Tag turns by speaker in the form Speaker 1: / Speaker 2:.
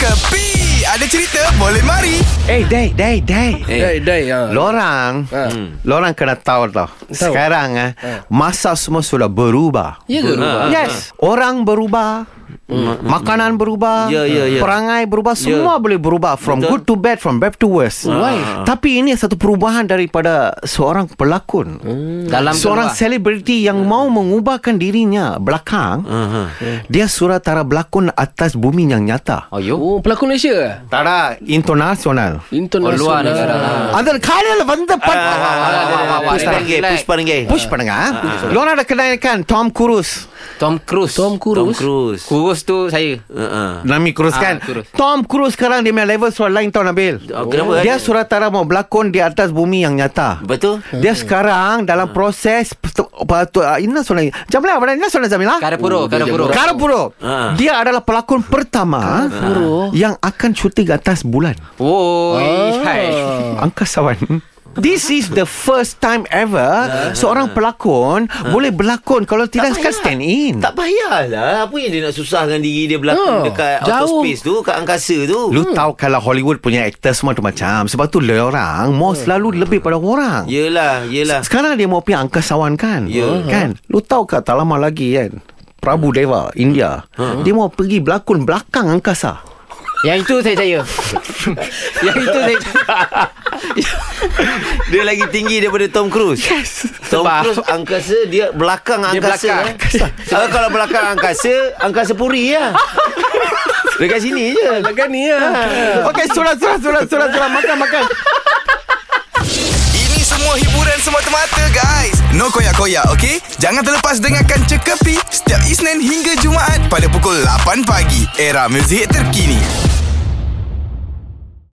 Speaker 1: Kepi Ada cerita boleh mari
Speaker 2: Eh, Day, Day, Day.
Speaker 3: Dai, dai. Ha.
Speaker 2: Lorang, hmm. lorang kena tahu tau. Sekarang ah, masa semua sudah berubah.
Speaker 3: Ya ke rumah?
Speaker 2: Yes, orang berubah. Makanan berubah
Speaker 4: Ya, ya, ya.
Speaker 2: Perangai berubah Semua boleh berubah From
Speaker 4: Betul.
Speaker 2: good to bad From bad to worse Why? Tapi ini satu perubahan Daripada seorang pelakon
Speaker 4: Dalam
Speaker 2: Seorang
Speaker 4: keluar.
Speaker 2: selebriti Yang mau mengubahkan dirinya Belakang Dia surat tara berlakon Atas bumi yang nyata
Speaker 4: Oh, yo.
Speaker 3: Oh, pelakon Malaysia ke?
Speaker 2: Tara internasional
Speaker 4: Oh, luar negara lah.
Speaker 3: Ah.
Speaker 2: அந்த காலையில வந்த
Speaker 4: Pusparengge, Pusparengge.
Speaker 2: Push பண்ணுங்க லோனா கடாயக்கான் Tom Cruise
Speaker 4: Tom Cruise.
Speaker 3: Tom Cruise.
Speaker 4: Tom Cruise. Cruise tu saya.
Speaker 5: Ha,
Speaker 4: Uh-uh.
Speaker 2: Nami Cruise kan
Speaker 4: Ah, Cruise.
Speaker 2: Tom Cruise sekarang dia punya level surat lain tau Nabil
Speaker 4: Oh, kenapa?
Speaker 2: Dia surat tara mau berlakon di atas bumi yang nyata
Speaker 4: Betul?
Speaker 2: Dia sekarang dalam proses petu- patu- ah, Ina surat Jamila apa Ina surat Jamila
Speaker 4: Karapuro, Karapuro.
Speaker 2: Karapuro
Speaker 4: Ah.
Speaker 2: Dia adalah pelakon pertama Yang akan syuting atas bulan
Speaker 4: Oh,
Speaker 3: Ah.
Speaker 4: hai.
Speaker 2: Angkasawan This is the first time ever Seorang pelakon Boleh berlakon Kalau tidak kan stand in
Speaker 5: Tak payahlah Apa yang dia nak susahkan diri Dia
Speaker 3: Ah,
Speaker 5: berlakon dekat outer
Speaker 3: jauh.
Speaker 5: space tu Kat angkasa tu
Speaker 2: Lu tahu kalau Hollywood punya aktor semua tu macam Sebab tu le orang Mau selalu lebih pada orang
Speaker 5: Yelah Yelah
Speaker 2: Sekarang dia mau pergi angkasawan kan
Speaker 5: Ya.
Speaker 2: Kan Lu tahu kat tak lama lagi kan Prabu Deva India Dia mau pergi berlakon belakang angkasa
Speaker 4: Yang itu saya saya. Yang itu saya.
Speaker 5: Dia lagi tinggi daripada Tom Cruise Yes Tom
Speaker 4: Sebab-
Speaker 5: Cruise angkasa Dia belakang
Speaker 4: Dia
Speaker 5: angkasa
Speaker 4: belakang.
Speaker 5: eh. Ah, Kalau belakang angkasa Angkasa puri ya Dekat sini je
Speaker 3: Pelakon ni ya.
Speaker 4: Ah.
Speaker 2: Okay surat surat surat surat surat Makan makan
Speaker 1: Ini semua hiburan semata-mata guys No koyak-koyak ok Jangan terlepas dengarkan Cekapi Setiap Isnin hingga Jumaat Pada pukul 8 pagi Era muzik terkini